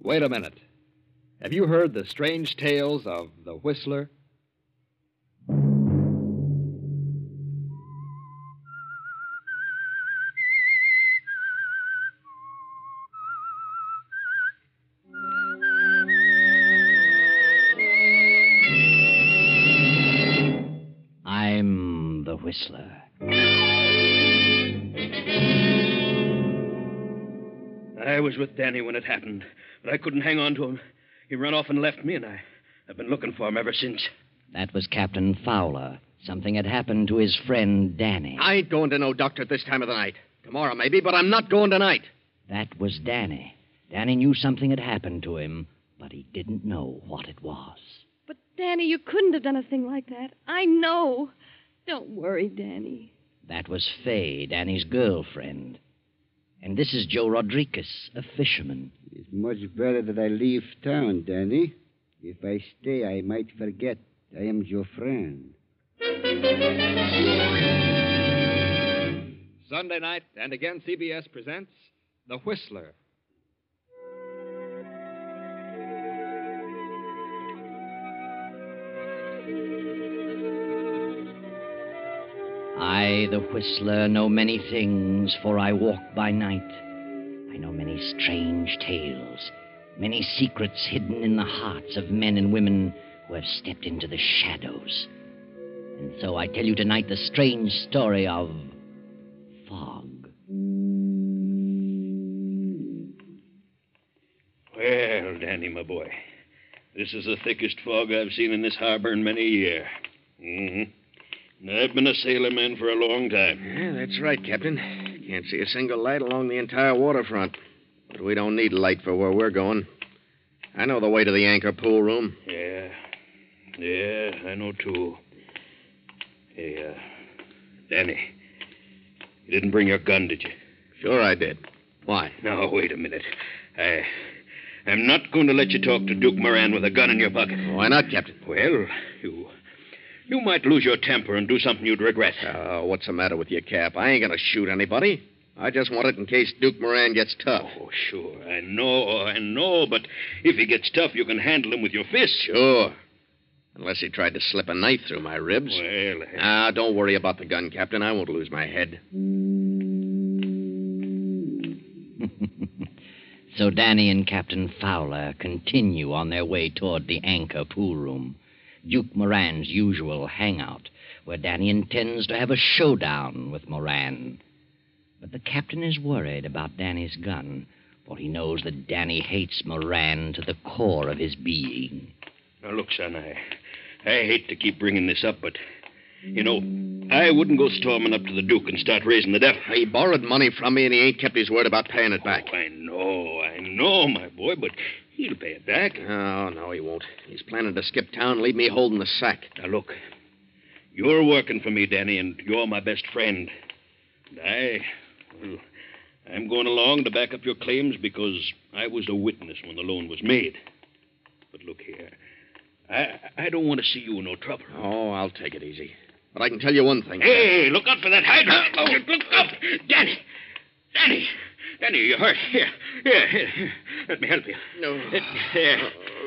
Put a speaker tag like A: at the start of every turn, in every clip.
A: Wait a minute. Have you heard the strange tales of the Whistler?
B: I'm the Whistler.
C: I was with Danny when it happened, but I couldn't hang on to him. He ran off and left me, and I, I've been looking for him ever since.
B: That was Captain Fowler. Something had happened to his friend Danny.
D: I ain't going to no doctor at this time of the night. Tomorrow, maybe, but I'm not going tonight.
B: That was Danny. Danny knew something had happened to him, but he didn't know what it was.
E: But, Danny, you couldn't have done a thing like that. I know. Don't worry, Danny.
B: That was Fay, Danny's girlfriend. And this is Joe Rodriguez, a fisherman.
F: It's much better that I leave town, Danny. If I stay, I might forget I am your friend.
A: Sunday night, and again, CBS presents The Whistler.
B: I, the Whistler, know many things, for I walk by night. I know many strange tales, many secrets hidden in the hearts of men and women who have stepped into the shadows. And so I tell you tonight the strange story of fog.
C: Well, Danny, my boy, this is the thickest fog I've seen in this harbor in many a year. Mm-hmm. I've been a sailorman for a long time.
D: Yeah, that's right, Captain. Can't see a single light along the entire waterfront. But we don't need light for where we're going. I know the way to the anchor pool room.
C: Yeah. Yeah, I know, too. Hey, uh, Danny, you didn't bring your gun, did you?
D: Sure, I did. Why?
C: Now, wait a minute. I, I'm not going to let you talk to Duke Moran with a gun in your pocket.
D: Why not, Captain?
C: Well, you. You might lose your temper and do something you'd regret.
D: Oh, what's the matter with your cap? I ain't going to shoot anybody. I just want it in case Duke Moran gets tough.
C: Oh, sure. I know, I know, but if he gets tough, you can handle him with your fist.
D: Sure. Unless he tried to slip a knife through my ribs.
C: Well, I-
D: Ah, don't worry about the gun, Captain. I won't lose my head.
B: so Danny and Captain Fowler continue on their way toward the anchor pool room, Duke Moran's usual hangout, where Danny intends to have a showdown with Moran. But the captain is worried about Danny's gun, for he knows that Danny hates Moran to the core of his being.
C: Now, look, son, I, I hate to keep bringing this up, but, you know, I wouldn't go storming up to the Duke and start raising the debt.
D: He borrowed money from me, and he ain't kept his word about paying it back.
C: Oh, I know, I know, my boy, but he'll pay it back.
D: Oh, no, he won't. He's planning to skip town and leave me holding the sack.
C: Now, look, you're working for me, Danny, and you're my best friend. And I, well, I'm going along to back up your claims because I was a witness when the loan was made. But look here, I, I don't want to see you in no trouble.
D: Oh, I'll take it easy. But I can tell you one thing.
C: Hey, look out for that
D: Uh,
C: hydra. Oh, look up. Danny. Danny. Danny, you're hurt. Here. Here, here, here. Let me help you.
D: No.
C: There.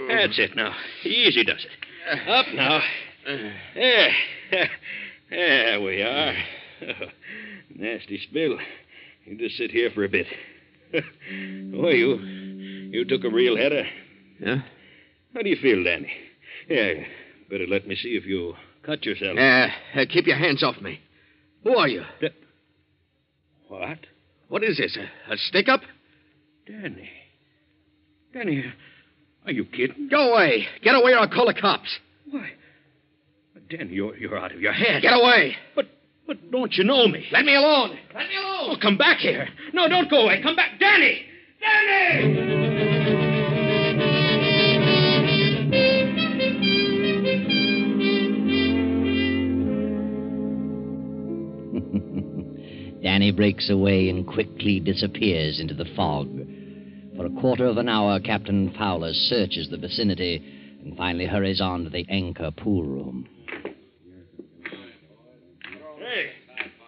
C: That's it now. Easy does
D: Uh,
C: it. Up now. There. There we are. Nasty spill. You just sit here for a bit. Boy, you you took a real header.
D: Yeah?
C: How do you feel, Danny? Yeah, better let me see if you cut yourself.
D: Uh, uh, keep your hands off me. Who are you?
C: What?
D: What is this? A, a stick up?
C: Danny. Danny, are you kidding?
D: Go away. Get away or I'll call the cops.
C: Why? Danny, you're, you're out of your head.
D: Get away.
C: But, but don't you know me?
D: Let me alone.
C: Let me alone. Oh, come back here. No, don't go away. Come back. Danny! Danny!
B: Danny breaks away and quickly disappears into the fog. For a quarter of an hour, Captain Fowler searches the vicinity and finally hurries on to the anchor pool room.
C: Hey,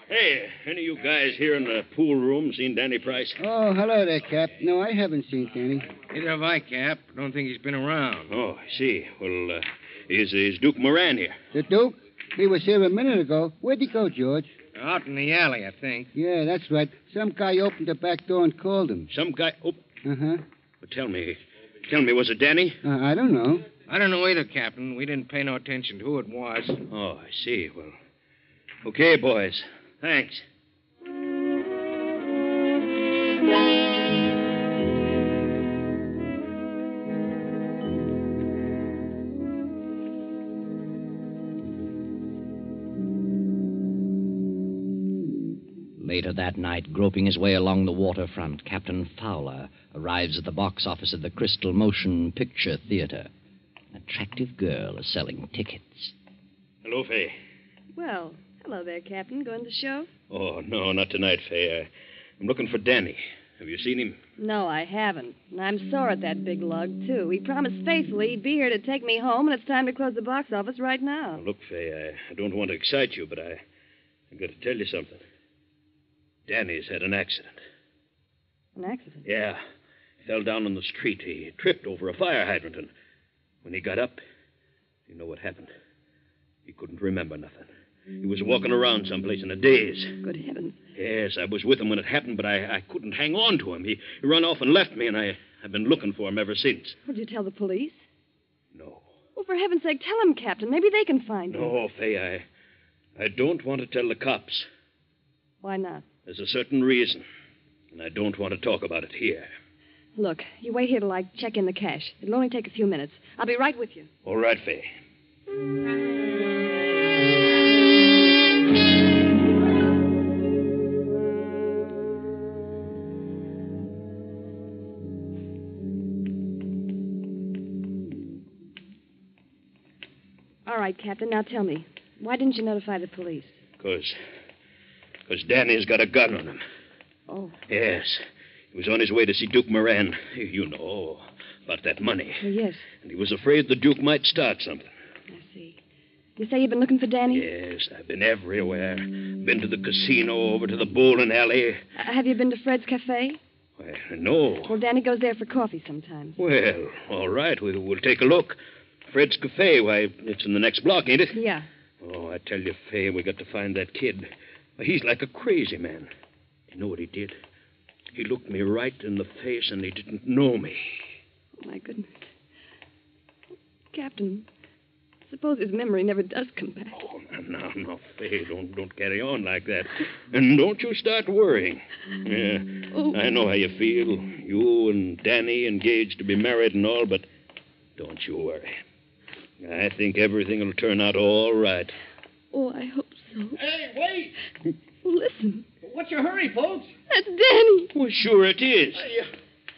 C: hey, Any of you guys here in the pool room seen Danny Price?
F: Oh, hello there, Cap. No, I haven't seen Danny.
G: Neither have I, Cap. Don't think he's been around.
C: Oh, I see. Well, uh, is, is Duke Moran here?
F: The Duke? He was here a minute ago. Where'd he go, George?
G: Out in the alley, I think.
F: Yeah, that's right. Some guy opened the back door and called him.
C: Some guy. Oh,
F: Uh-huh.
C: but tell me. Tell me, was it Danny?
F: Uh, I don't know.
G: I don't know either, Captain. We didn't pay no attention to who it was.
C: Oh, I see. Well, okay, boys. Thanks.
B: Later that night, groping his way along the waterfront, Captain Fowler arrives at the box office of the Crystal Motion Picture Theater. An attractive girl is selling tickets.
C: Hello, Fay.
E: Well, hello there, Captain. Going to show?
C: Oh, no, not tonight, Fay. I, I'm looking for Danny. Have you seen him?
E: No, I haven't. And I'm sore at that big lug, too. He promised faithfully he'd be here to take me home, and it's time to close the box office right now.
C: Now, look, Fay, I, I don't want to excite you, but I, I've got to tell you something. Danny's had an accident.
E: An accident.
C: Yeah. Fell down on the street. He tripped over a fire hydrant, and when he got up, you know what happened. He couldn't remember nothing. He was walking around someplace in a daze.
E: Good heavens.
C: Yes, I was with him when it happened, but I, I couldn't hang on to him. He, he run off and left me, and I, I've been looking for him ever since.
E: Would you tell the police?
C: No.
E: Well, for heaven's sake, tell him, Captain. Maybe they can find him.
C: No, Fay, I, I don't want to tell the cops.
E: Why not?
C: There's a certain reason, and I don't want to talk about it here.
E: Look, you wait here till I check in the cash. It'll only take a few minutes. I'll be right with you.
C: All right, Fay.
E: All right, Captain. Now tell me, why didn't you notify the police?
C: Because. Because Danny's got a gun on him.
E: Oh,
C: Yes. He was on his way to see Duke Moran. You know about that money.
E: well, yes,
C: And he was afraid the Duke might start something.
E: I see. You say you've been looking for Danny?
C: Yes, I've been everywhere. Been to the casino, over to the bowling alley.
E: Uh, have you been to Fred's Cafe?
C: Well, no.
E: Well, Danny goes there for coffee sometimes.
C: Well, all right. We, we'll take a look. Fred's Cafe, why, it's in the next block, ain't it?
E: Yeah.
C: Oh, I tell you, Fay, we got to find that kid. He's like a crazy man. You know what he did? He looked me right in the face and he didn't know me.
E: Oh, my goodness. Captain, suppose his memory never does come back.
C: Oh, now, now, Fay, don't don't carry on like that. And don't you start worrying. Yeah,
E: Oh.
C: I know how you feel. You and Danny engaged to be married and all, but don't you worry. I think everything will turn out all right.
E: Oh, I hope so.
H: Hey, wait!
E: Listen,
H: What's your hurry, folks?
E: that's Danny.
C: Well, sure it is.
H: you,
D: uh,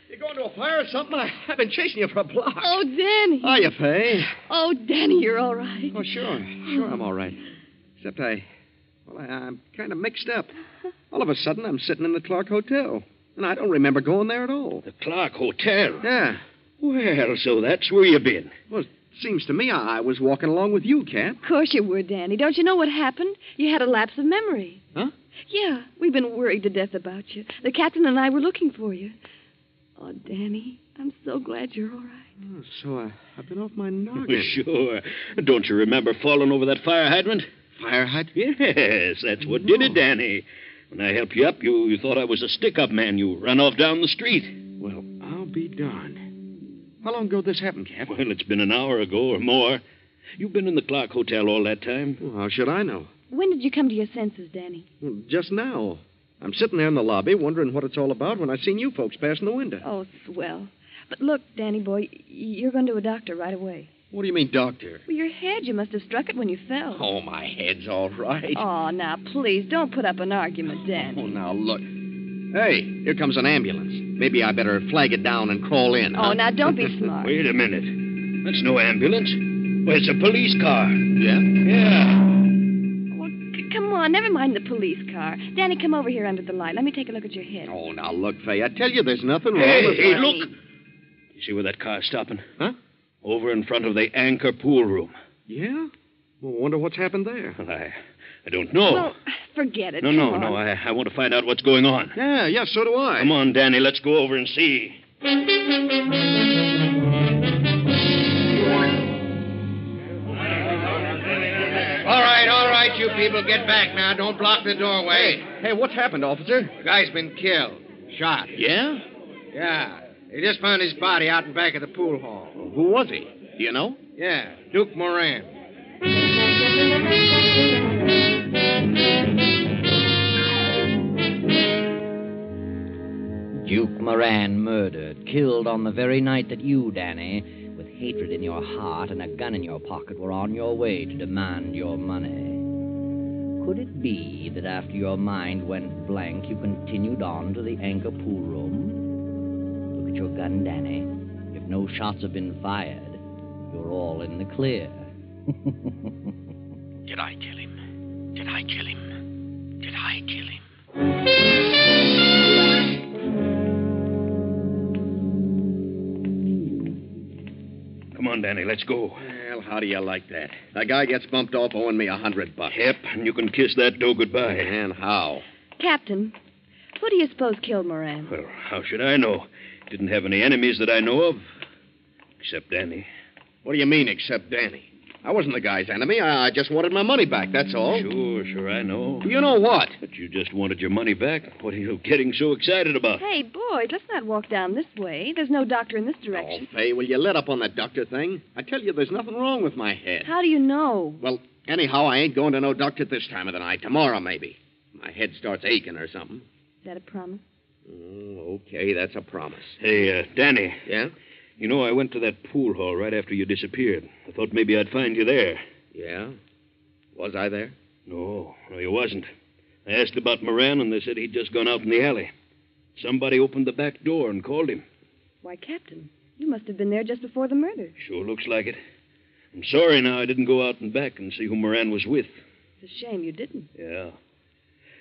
H: you going to a fire or something? I, I've been chasing you for a block.
E: Oh, Danny.
D: Are you, Fay?
E: Oh, Danny, you're all right.
D: Oh, sure. Sure, I'm all right. Except I. Well, I, I'm kind of mixed up. All of a sudden, I'm sitting in the Clark Hotel, and I don't remember going there at all.
C: The Clark Hotel.
D: Yeah.
C: Well, so that's where you been.
D: Seems to me I, I was walking along with you, Cap.
E: Of course you were, Danny. Don't you know what happened? You had a lapse of memory.
D: Huh?
E: Yeah, we've been worried to death about you. The captain and I were looking for you. Oh, Danny, I'm so glad you're all right.
D: Oh, so I, I've been off my
C: Well,
D: noggin.
C: Oh, Sure. Don't you remember falling over that fire hydrant?
D: Fire hydrant?
C: Yes, that's what did it,
D: No.
C: Danny. When I helped you up, you, you thought I was a stick up man. You ran off down the street.
D: Well, I'll be darned. How long ago this happened, Cap?
C: Well, it's been an hour ago or more. You've been in the Clark Hotel all that time.
D: Well, how should I know?
E: When did you come to your senses, Danny?
D: Well, just now. I'm sitting there in the lobby wondering what it's all about when I seen you folks passing the window.
E: Oh, swell. But look, Danny boy, y- you're going to a doctor right away.
D: What do you mean, doctor?
E: Well, your head, you must have struck it when you fell.
D: Oh, my head's all right.
E: Oh, now, please, don't put up an argument, Danny.
D: Oh, now look. Hey, here comes an ambulance. Maybe I better flag it down and call in.
E: Oh,
D: huh?
E: now, don't be smart.
C: Wait a minute. That's no ambulance. Well, it's a police car.
D: Yeah?
C: Yeah.
E: Well, c- come on, never mind the police car. Danny, come over here under the light. Let me take a look at your head.
D: Oh, now look, Fay. I tell you, there's nothing wrong
C: Hey,
D: with
C: hey,
D: my-
C: look. You see where that car's stopping?
D: Huh?
C: Over in front of the anchor pool room.
D: Yeah? Well, wonder what's happened there.
C: Well, I, I don't know.
E: Well, forget it.
C: Oh. no,
E: Come
C: no,
E: on.
C: no. I, I want to find out what's going on.
D: Yeah, yeah, so do I.
C: Come on, Danny. Let's go over and see.
G: All right, all right, you people, get back now. Don't block the doorway.
D: Hey, what's happened, officer?
G: The guy's been killed. Shot.
C: Yeah?
G: Yeah. They just found his body out in back of the pool hall.
D: Who was he? Do you know?
G: Yeah, Duke Moran.
B: Duke Moran murdered, killed on the very night that you, Danny, with hatred in your heart and a gun in your pocket, were on your way to demand your money. Could it be that after your mind went blank, you continued on to the anchor pool room? Look at your gun, Danny. If no shots have been fired, you're all in the clear.
I: Did I kill him? Did I kill him? Did I kill him?
C: Come on, Danny. Let's go.
D: Well, how do you like that? A guy gets bumped off owing me a hundred bucks.
C: Yep, and you can kiss that dough goodbye.
D: And how?
E: Captain, who do you suppose killed Moran?
C: Well, how should I know? Didn't have any enemies that I know of. Except Danny.
D: What do you mean, except Danny? I wasn't the guy's enemy. I, I just wanted my money back, that's all.
C: Sure, sure, I know.
D: Oh. You know what?
C: But you just wanted your money back. What are you getting so excited about?
E: Hey, boys, let's not walk down this way. There's no doctor in this
D: Oh,
E: direction.
D: Fay, will you let up on that doctor thing? I tell you, there's nothing wrong with my head.
E: How do you know?
D: Well, anyhow, I ain't going to no doctor this time of the night. Tomorrow, maybe. My head starts aching or something.
E: Is that a promise?
D: Oh, okay, that's a promise.
C: Hey, uh, Danny,
D: Yeah?
C: you know, I went to that pool hall right after you disappeared. I thought maybe I'd find you there.
D: Yeah? Was I there?
C: No, no, you wasn't. I asked about Moran, and they said he'd just gone out in the alley. Somebody opened the back door and called him.
E: Why, Captain, you must have been there just before the murder.
C: Sure looks like it. I'm sorry now I didn't go out and back and see who Moran was with.
E: It's a shame you didn't.
C: Yeah.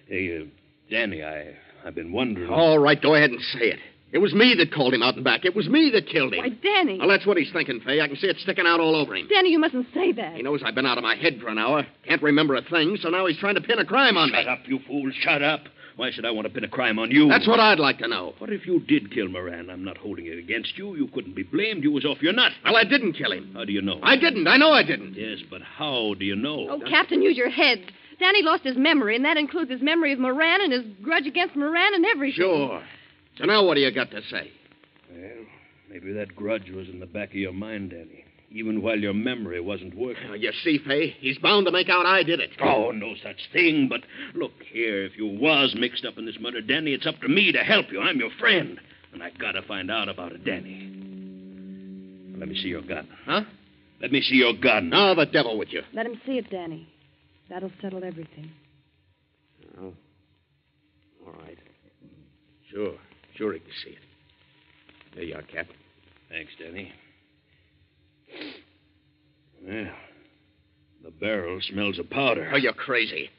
C: Hey, uh, Danny, I, I've been wondering.
D: All right, go ahead and say it. It was me that called him out and back. It was me that killed him.
E: Why, Danny.
D: Well, that's what he's thinking, Fay. I can see it sticking out all over him.
E: Danny, you mustn't say that.
D: He knows I've been out of my head for an hour. Can't remember a thing, so now he's trying to pin a crime on me.
C: Shut up, you fool. Shut up. Why should I want to pin a crime on you?
D: That's what I'd like to know.
C: What if you did kill Moran? I'm not holding it against you. You couldn't be blamed. You was off your nut.
D: Well, I didn't kill him.
C: How do you know?
D: I didn't. I know I didn't.
C: Yes, but how do you know?
E: Oh, Captain, use your head. Danny lost his memory, and that includes his memory of Moran and his grudge against Moran and everything.
D: Sure. So now what do you got to say?
C: Well, maybe that grudge was in the back of your mind, Danny, even while your memory wasn't working.
D: Now, you see, Fay, he's bound to make out I did it.
C: Oh, no such thing, but look here. If you was mixed up in this murder, Danny, it's up to me to help you. I'm your friend, and I gotta find out about it, Danny. Let me see your gun.
D: Huh?
C: Let me see your gun.
D: Now the devil with you.
E: Let him see it, Danny. That'll settle everything.
D: Oh. All right. Sure. Sure he can see it. There you are, Captain.
C: Thanks, Danny. Well, the barrel smells of powder.
D: Oh, you're crazy.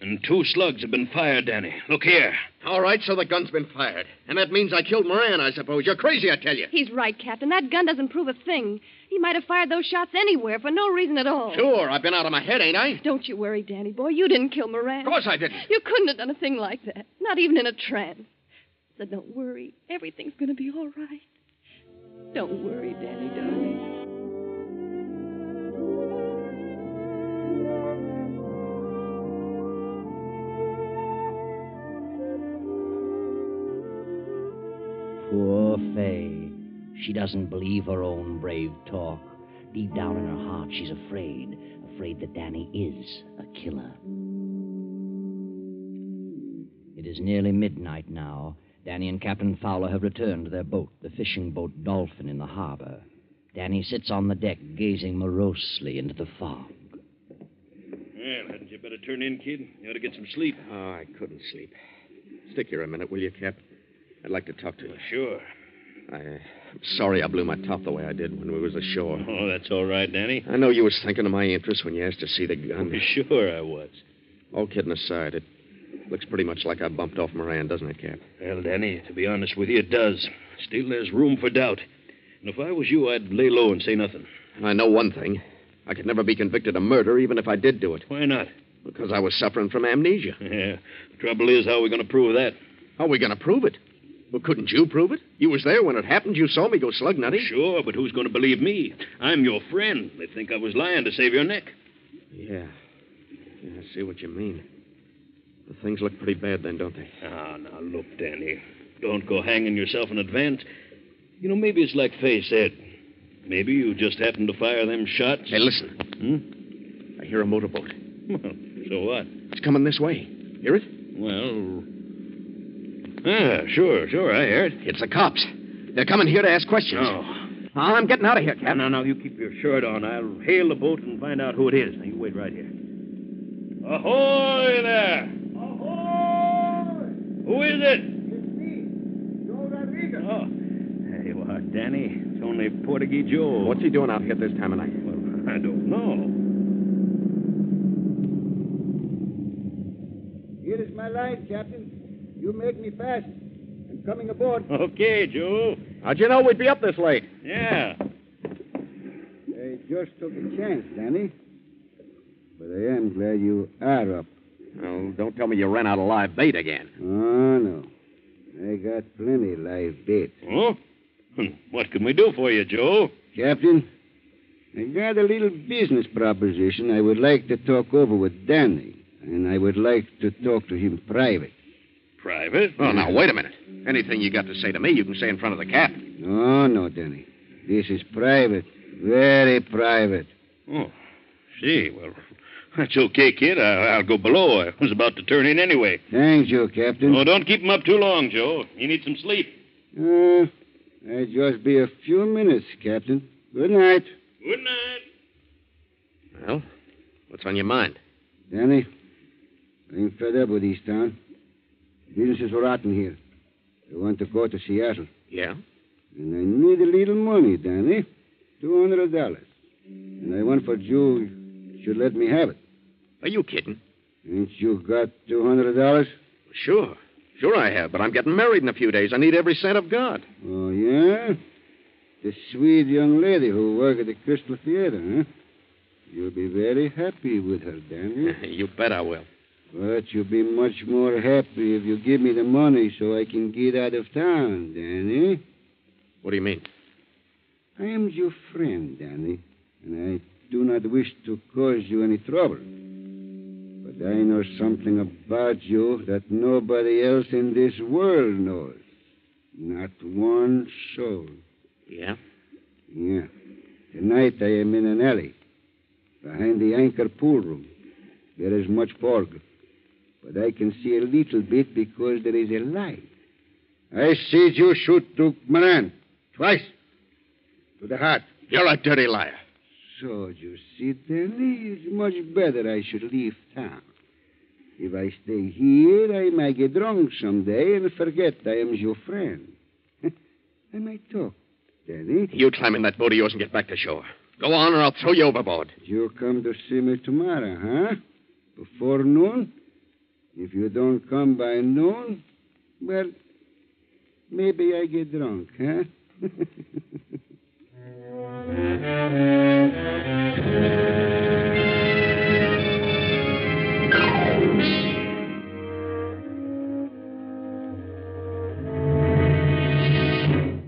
C: And two slugs have been fired, Danny. Look here.
D: All right, so the gun's been fired. And that means I killed Moran, I suppose. You're crazy, I tell you.
E: He's right, Captain. That gun doesn't prove a thing. He might have fired those shots anywhere for no reason at all.
D: Sure, I've been out of my head, ain't I?
E: Don't you worry, Danny boy. You didn't kill
D: Of
E: Moran.
D: course I didn't.
E: You couldn't have done a thing like that. Not even in a trance. So don't worry. Everything's going to be all right. Don't worry, Danny, darling.
B: Poor Fay. She doesn't believe her own brave talk. Deep down in her heart, she's afraid. Afraid that Danny is a killer. It is nearly midnight now. Danny and Captain Fowler have returned to their boat, the fishing boat Dolphin, in the harbor. Danny sits on the deck, gazing morosely into the fog.
C: Well, hadn't you better turn in, kid? You ought to get some sleep.
D: Oh, I couldn't sleep. Stick here a minute, will you, Cap? I'd like to talk to you.
C: Sure.
D: I, I'm sorry I blew my top the way I did when we was ashore.
C: Oh, that's all right, Danny.
D: I know you was thinking of my interest when you asked to see the gun.
C: Sure I was.
D: All kidding aside, it looks pretty much like I bumped off Moran, doesn't it, Cap?
C: Well, Danny, to be honest with you, it does. Still, there's room for doubt. And if I was you, I'd lay low and say nothing.
D: And I know one thing. I could never be convicted of murder, even if I did do it.
C: Why not?
D: Because I was suffering from amnesia.
C: Yeah. The trouble is, how are we going to prove that?
D: How are we going to prove it? Well, couldn't you prove it? You was there when it happened. You saw me go slug nutty.
C: Sure, but who's going to believe me? I'm your friend. They think I was lying to save your neck.
D: Yeah. yeah. I see what you mean. The things look pretty bad then, don't they?
C: Ah, now look, Danny. Don't go hanging yourself in advance. You know, maybe it's like Fay said. Maybe you just happened to fire them shots.
D: Hey, listen. Hmm? I hear a motorboat.
C: Well, so what?
D: It's coming this way. Hear it?
C: Well. Ah, sure, sure, I hear it.
D: It's the cops. They're coming here to ask questions.
C: No.
D: I'm getting out of here, Captain.
C: No, no, no. You keep your shirt on. I'll hail the boat and find out who it is. Now, you wait right here. Ahoy there!
J: Ahoy!
C: Who is it?
J: It's me, Joe Rodriguez.
C: Oh. Hey, you are, Danny. It's only Portuguese Joe.
D: What's he doing out here this time of night?
C: Well, I don't know.
J: Here is my line, Captain. You make me fast. I'm coming aboard.
C: Okay, Joe.
D: How'd you know we'd be up this late?
C: Yeah.
F: I just took a chance, Danny. But I am glad you are up.
D: Oh, don't tell me you ran out of live bait again.
F: Oh, no. I got plenty live bait.
C: Oh? What can we do for you, Joe?
F: Captain, I got a little business proposition I would like to talk over with Danny, and I would like to talk to him private.
C: Private?
D: Oh, now, wait a minute. Anything you got to say to me, you can say in front of the captain.
F: No, no, Danny. This is private. Very private.
C: Oh, see, well, that's okay, kid. I, will go below. I was about to turn in anyway.
F: Thanks, Joe, Captain.
C: Oh, don't keep him up too long, Joe. You need some sleep.
F: Uh, I'll just be a few minutes, Captain. Good night.
C: Good night.
D: Well, what's on your mind?
F: Danny, I'm fed up with this town. Business is rotten here. I want to go to Seattle.
D: Yeah?
F: And I need a little money, Danny. Two hundred dollars. And I want for you should let me have it.
D: Are you kidding?
F: Ain't you got two hundred dollars?
D: Sure. Sure I have, but I'm getting married in a few days. I need every cent I've got.
F: Oh, yeah? The sweet young lady who worked at the Crystal Theater, huh? You'll be very happy with her, Danny.
D: you bet I will.
F: But you'll be much more happy if you give me the money so I can get out of town, Danny.
D: What do you mean?
F: I am your friend, Danny, and I do not wish to cause you any trouble. But I know something about you that nobody else in this world knows. Not one soul.
D: Yeah?
F: Yeah. Tonight I am in an alley behind the anchor pool room. There is much fog but I can see a little bit because there is a light. I see you shoot Duke Moran twice to the heart.
D: You're a dirty liar.
F: So you see, Danny, it's much better I should leave town. If I stay here, I might get drunk someday and forget I am your friend. I might talk, Danny.
D: You climb in that boat of yours and get back to shore. Go on, or I'll throw you overboard.
F: You come to see me tomorrow, huh? Before noon? If you don't come by noon, well, maybe I get drunk, huh?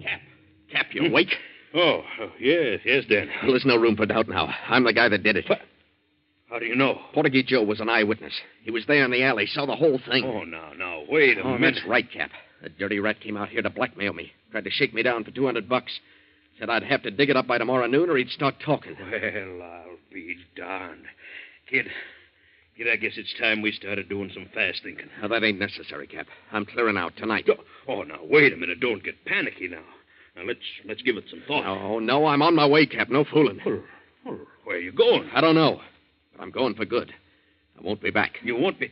D: Cap, Cap, you awake?
C: Oh, oh, yes, yes, Dan.
D: Well, there's no room for doubt now. I'm the guy that did it.
C: What? How do you know?
D: Portuguese Joe was an eyewitness. He was there in the alley, saw the whole thing.
C: Oh, no, no. Wait a
D: oh,
C: minute.
D: That's right, Cap. That dirty rat came out here to blackmail me. Tried to shake me down for 200 bucks. Said I'd have to dig it up by tomorrow noon or he'd start talking.
C: Well, I'll be darned. Kid, kid, I guess it's time we started doing some fast thinking.
D: Now, that ain't necessary, Cap. I'm clearing out tonight.
C: Oh, now, wait a minute. Don't get panicky now. Now, let's, let's give it some thought.
D: Oh, no, no, I'm on my way, Cap. No fooling.
C: Well, well, where are you going?
D: I don't know. But I'm going for good. I won't be back.
C: You won't be.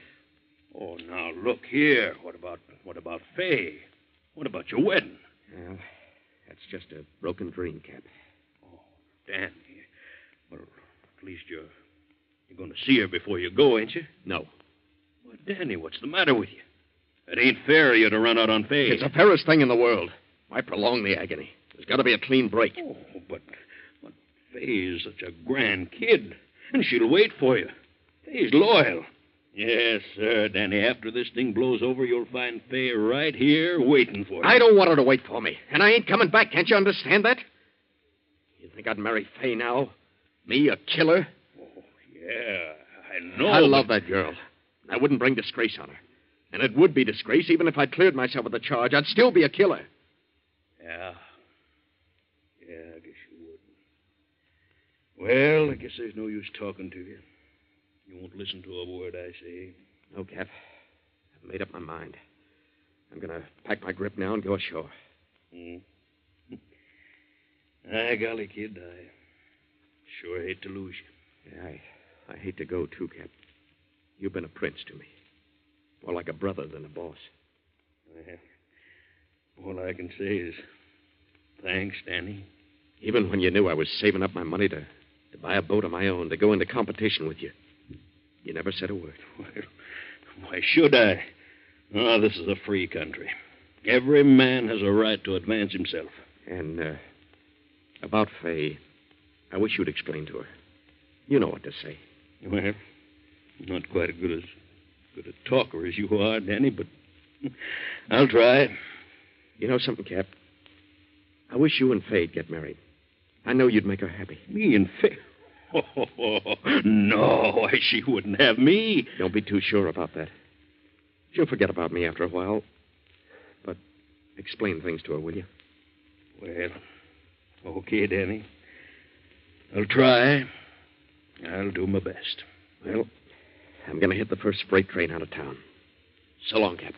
C: Oh, now look here. What about what about Fay? What about your wedding?
D: Well, that's just a broken dream, Cap.
C: Oh, Danny. Well, at least you're you're going to see her before you go, ain't you?
D: No.
C: Well, Danny, what's the matter with you? It ain't fair of you to run out on Fay.
D: It's the fairest thing in the world. Why prolong the agony? There's got to be a clean break.
C: Oh, but but Fay's such a grand kid and she'll wait for you. He's loyal. Yes, sir, Danny. After this thing blows over, you'll find Fay right here waiting for you.
D: I don't want her to wait for me. And I ain't coming back. Can't you understand that? You think I'd marry Fay now? Me, a killer?
C: Oh, Yeah, I know.
D: I love
C: but-
D: that girl. I wouldn't bring disgrace on her. And it would be disgrace even if I cleared myself of the charge. I'd still be a killer.
C: Yeah. Yeah, I guess you would. Well, I guess there's no use talking to you. You won't listen to a word I say.
D: No, Cap. I've made up my mind. I'm going to pack my grip now and go ashore.
C: Hmm. Ah, golly, kid, I sure hate to lose you.
D: Yeah, I, I hate to go, too, Cap. You've been a prince to me. More like a brother than a boss.
C: All I can say is thanks, Danny.
D: Even when you knew I was saving up my money to, to buy a boat of my own, to go into competition with you, you never said a word.
C: Why should I? Ah, this is a free country. Every man has a right to advance himself.
D: And uh, about Fay, I wish you'd explain to her. You know what to say.
C: Well, not quite as good as good a talker as you are, Danny, but I'll try.
D: You know something, Cap? I wish you and Fay'd get married. I know you'd make her happy.
C: Me and Fay. Oh, no, why, she wouldn't have me.
D: Don't be too sure about that. She'll forget about me after a while. But explain things to her, will you?
C: Well, okay, Danny. I'll try. I'll do my best.
D: Well, I'm going to hit the first freight train out of town. So long, Cap.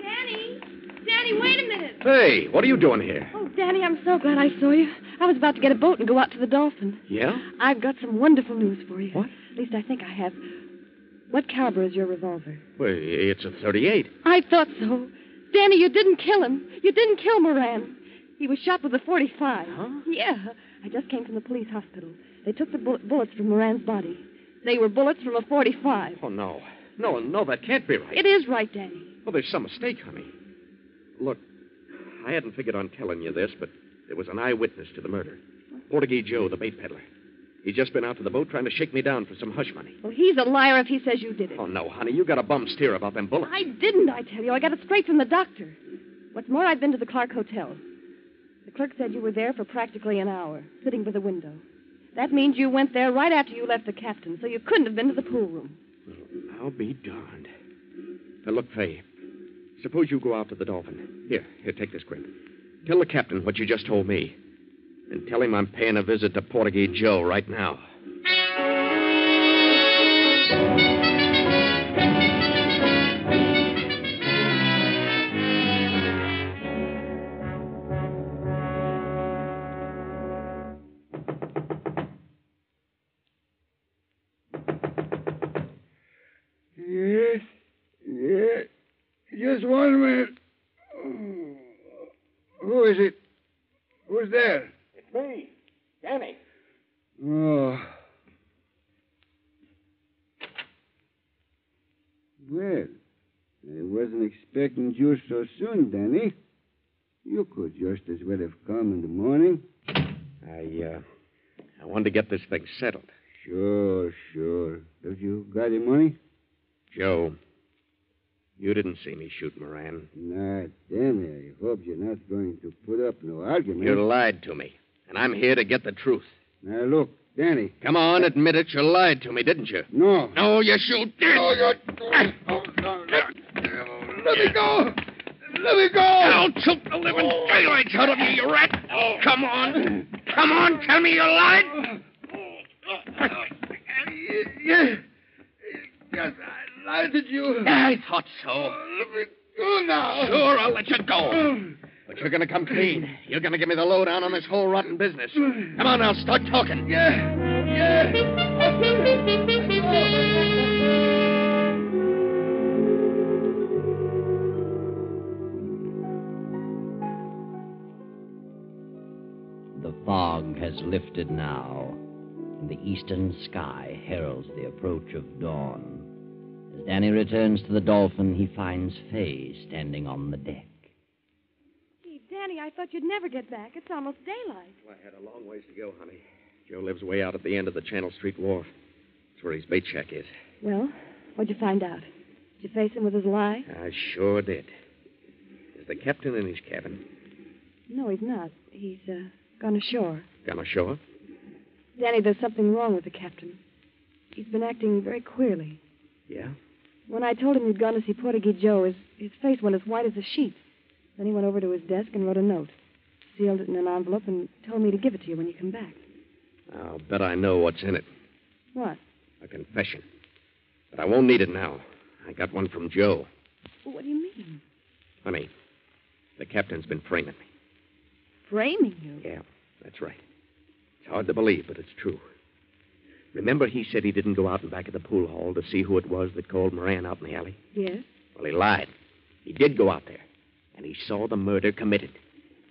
E: Danny! Danny, wait a minute!
D: Hey, what are you doing here?
E: Oh, Danny, I'm so glad I saw you. I was about to get a boat and go out to the Dolphin.
D: Yeah?
E: I've got some wonderful news for you.
D: What?
E: At least I think I have. What caliber is your revolver?
D: Well, it's a 38.
E: I thought so. Danny, you didn't kill him. You didn't kill Moran. He was shot with a 45.
D: Huh?
E: Yeah. I just came from the police hospital. They took the bull- bullets from Moran's body. They were bullets from a 45.
D: Oh, no. No, no, that can't be right.
E: It is right, Danny.
D: Well, there's some mistake, honey. Look, I hadn't figured on telling you this, but there was an eyewitness to the murder. Portuguese Joe, the bait peddler. He's just been out to the boat trying to shake me down for some hush money.
E: Well, he's a liar if he says you did it.
D: Oh, no, honey, you got a bum steer about them bullets.
E: I didn't, I tell you. I got it straight from the doctor. What's more, I've been to the Clark Hotel. The clerk said you were there for practically an hour, sitting by the window. That means you went there right after you left the captain, so you couldn't have been to the pool room.
D: I'll be darned. Now, look, Fay. Suppose you go out to the Dolphin. Here, here, take this grip. Tell the captain what you just told me. And tell him I'm paying a visit to Portuguese Joe right now.
J: Yes, yes. Just one minute. Who is it? Who's there?
K: It's me, Danny.
J: Oh.
F: Well, I wasn't expecting you so soon, Danny. You could just as well have come in the morning.
D: I, uh, I wanted to get this thing settled.
F: Sure, sure. Have you got any money?
D: Joe, you didn't see me shoot Moran.
F: Now, Danny, I hope you're not going to put up no argument.
D: You lied to me, and I'm here to get the truth.
F: Now, look, Danny.
D: Come on, admit it. You lied to me, didn't you?
F: No.
D: No, you shoot.
J: Oh, you... oh, no, no. Let me go. Let me go. Oh.
G: I'll choke the living daylights out of you, you rat. Come on. Come on, tell me you lied.
J: Yes. Oh, Yes, I lied to you. Oh,
G: I thought so.
J: Let me go now. Oh.
G: Sure, I'll let you go.
D: But you're going to come clean. You're going to give me the lowdown on this whole rotten business. Come on now, start talking.
J: Yeah.
B: The fog has lifted now, and the eastern sky heralds the approach of dawn. As Danny returns to the dolphin, he finds Fay standing on the deck.
E: Gee, Danny, I thought you'd never get back. It's almost daylight.
D: Well, I had a long ways to go, honey. Joe lives way out at the end of the Channel Street Wharf. That's where his bait shack is.
E: Well, what'd you find out? Did you face him with his lie?
D: I sure did. Is the captain in his cabin?
E: No, he's not. He's uh, gone ashore.
D: Gonna show her?
E: Danny, there's something wrong with the captain. He's been acting very queerly.
D: Yeah?
E: When I told him you'd gone to see Portuguese Joe, his, his face went as white as a sheet. Then he went over to his desk and wrote a note, sealed it in an envelope, and told me to give it to you when you come back.
D: I'll bet I know what's in it.
E: What?
D: A confession. But I won't need it now. I got one from Joe.
E: What do you mean?
D: Honey, the captain's been framing me.
E: Framing you?
D: Yeah, that's right. It's hard to believe, but it's true. Remember, he said he didn't go out and back of the pool hall to see who it was that called Moran out in the alley?
E: Yes?
D: Well, he lied. He did go out there, and he saw the murder committed.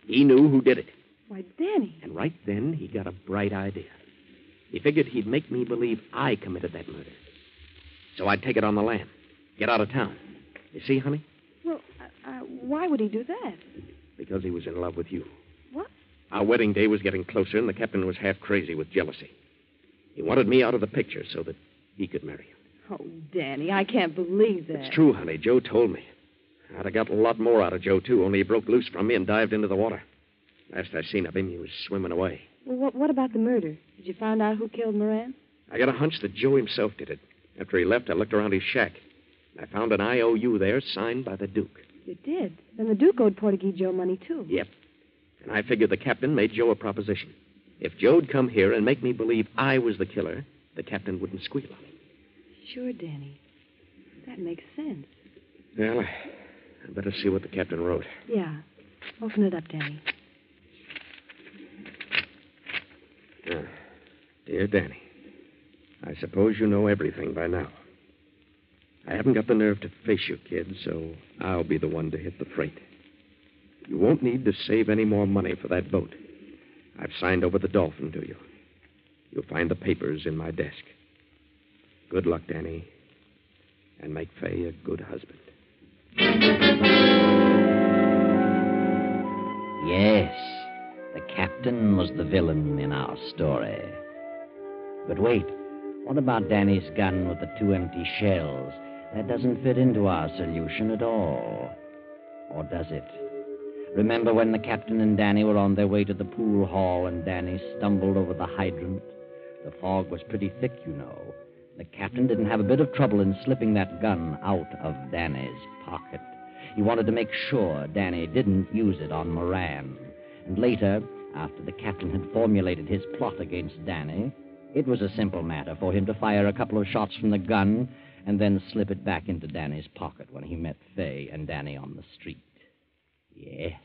D: He knew who did it.
E: Why, Danny.
D: And right then, he got a bright idea. He figured he'd make me believe I committed that murder. So I'd take it on the lam, get out of town. You see, honey?
E: Well, uh, uh, why would he do that?
D: Because he was in love with you.
E: What?
D: Our wedding day was getting closer, and the captain was half crazy with jealousy. He wanted me out of the picture so that he could marry you.
E: Oh, Danny, I can't believe that.
D: It's true, honey. Joe told me. I'd have got a lot more out of Joe, too, only he broke loose from me and dived into the water. Last I seen of him, he was swimming away.
E: Well, what, what about the murder? Did you find out who killed Moran?
D: I got a hunch that Joe himself did it. After he left, I looked around his shack. and I found an IOU there signed by the Duke.
E: You did. Then the Duke owed Portuguese Joe money, too.
D: Yep. And I figured the captain made Joe a proposition. If Joe'd come here and make me believe I was the killer, the captain wouldn't squeal on him.
E: Sure, Danny. That makes sense.
D: Well, I better see what the captain wrote.
E: Yeah. Open it up, Danny.
D: Uh, dear Danny, I suppose you know everything by now. I haven't got the nerve to face you, kid, so I'll be the one to hit the freight. You won't need to save any more money for that boat. I've signed over the Dolphin to you. You'll find the papers in my desk. Good luck, Danny, and make Fay a good husband.
B: Yes, the captain was the villain in our story. But wait, what about Danny's gun with the two empty shells? That doesn't fit into our solution at all. Or does it? Remember when the captain and Danny were on their way to the pool hall and Danny stumbled over the hydrant? The fog was pretty thick, you know. The captain didn't have a bit of trouble in slipping that gun out of Danny's pocket. He wanted to make sure Danny didn't use it on Moran. And later, after the captain had formulated his plot against Danny, it was a simple matter for him to fire a couple of shots from the gun and then slip it back into Danny's pocket when he met Fay and Danny on the street. Yes,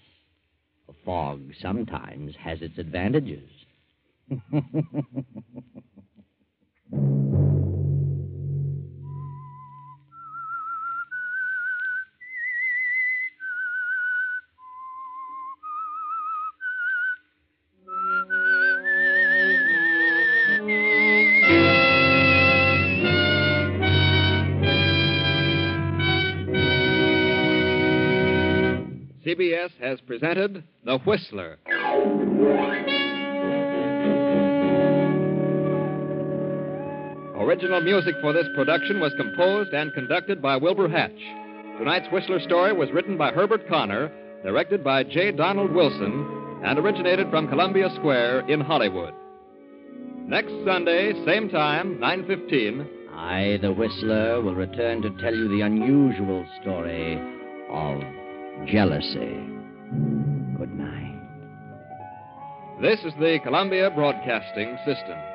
B: a fog sometimes has its advantages.
A: CBS has presented The Whistler. Original music for this production was composed and conducted by Wilbur Hatch. Tonight's Whistler story was written by Herbert Connor, directed by J. Donald Wilson, and originated from Columbia Square in Hollywood. Next Sunday, same time, 9:15,
B: I, the Whistler, will return to tell you the unusual story of jealousy. Good night.
A: this is the Columbia Broadcasting System.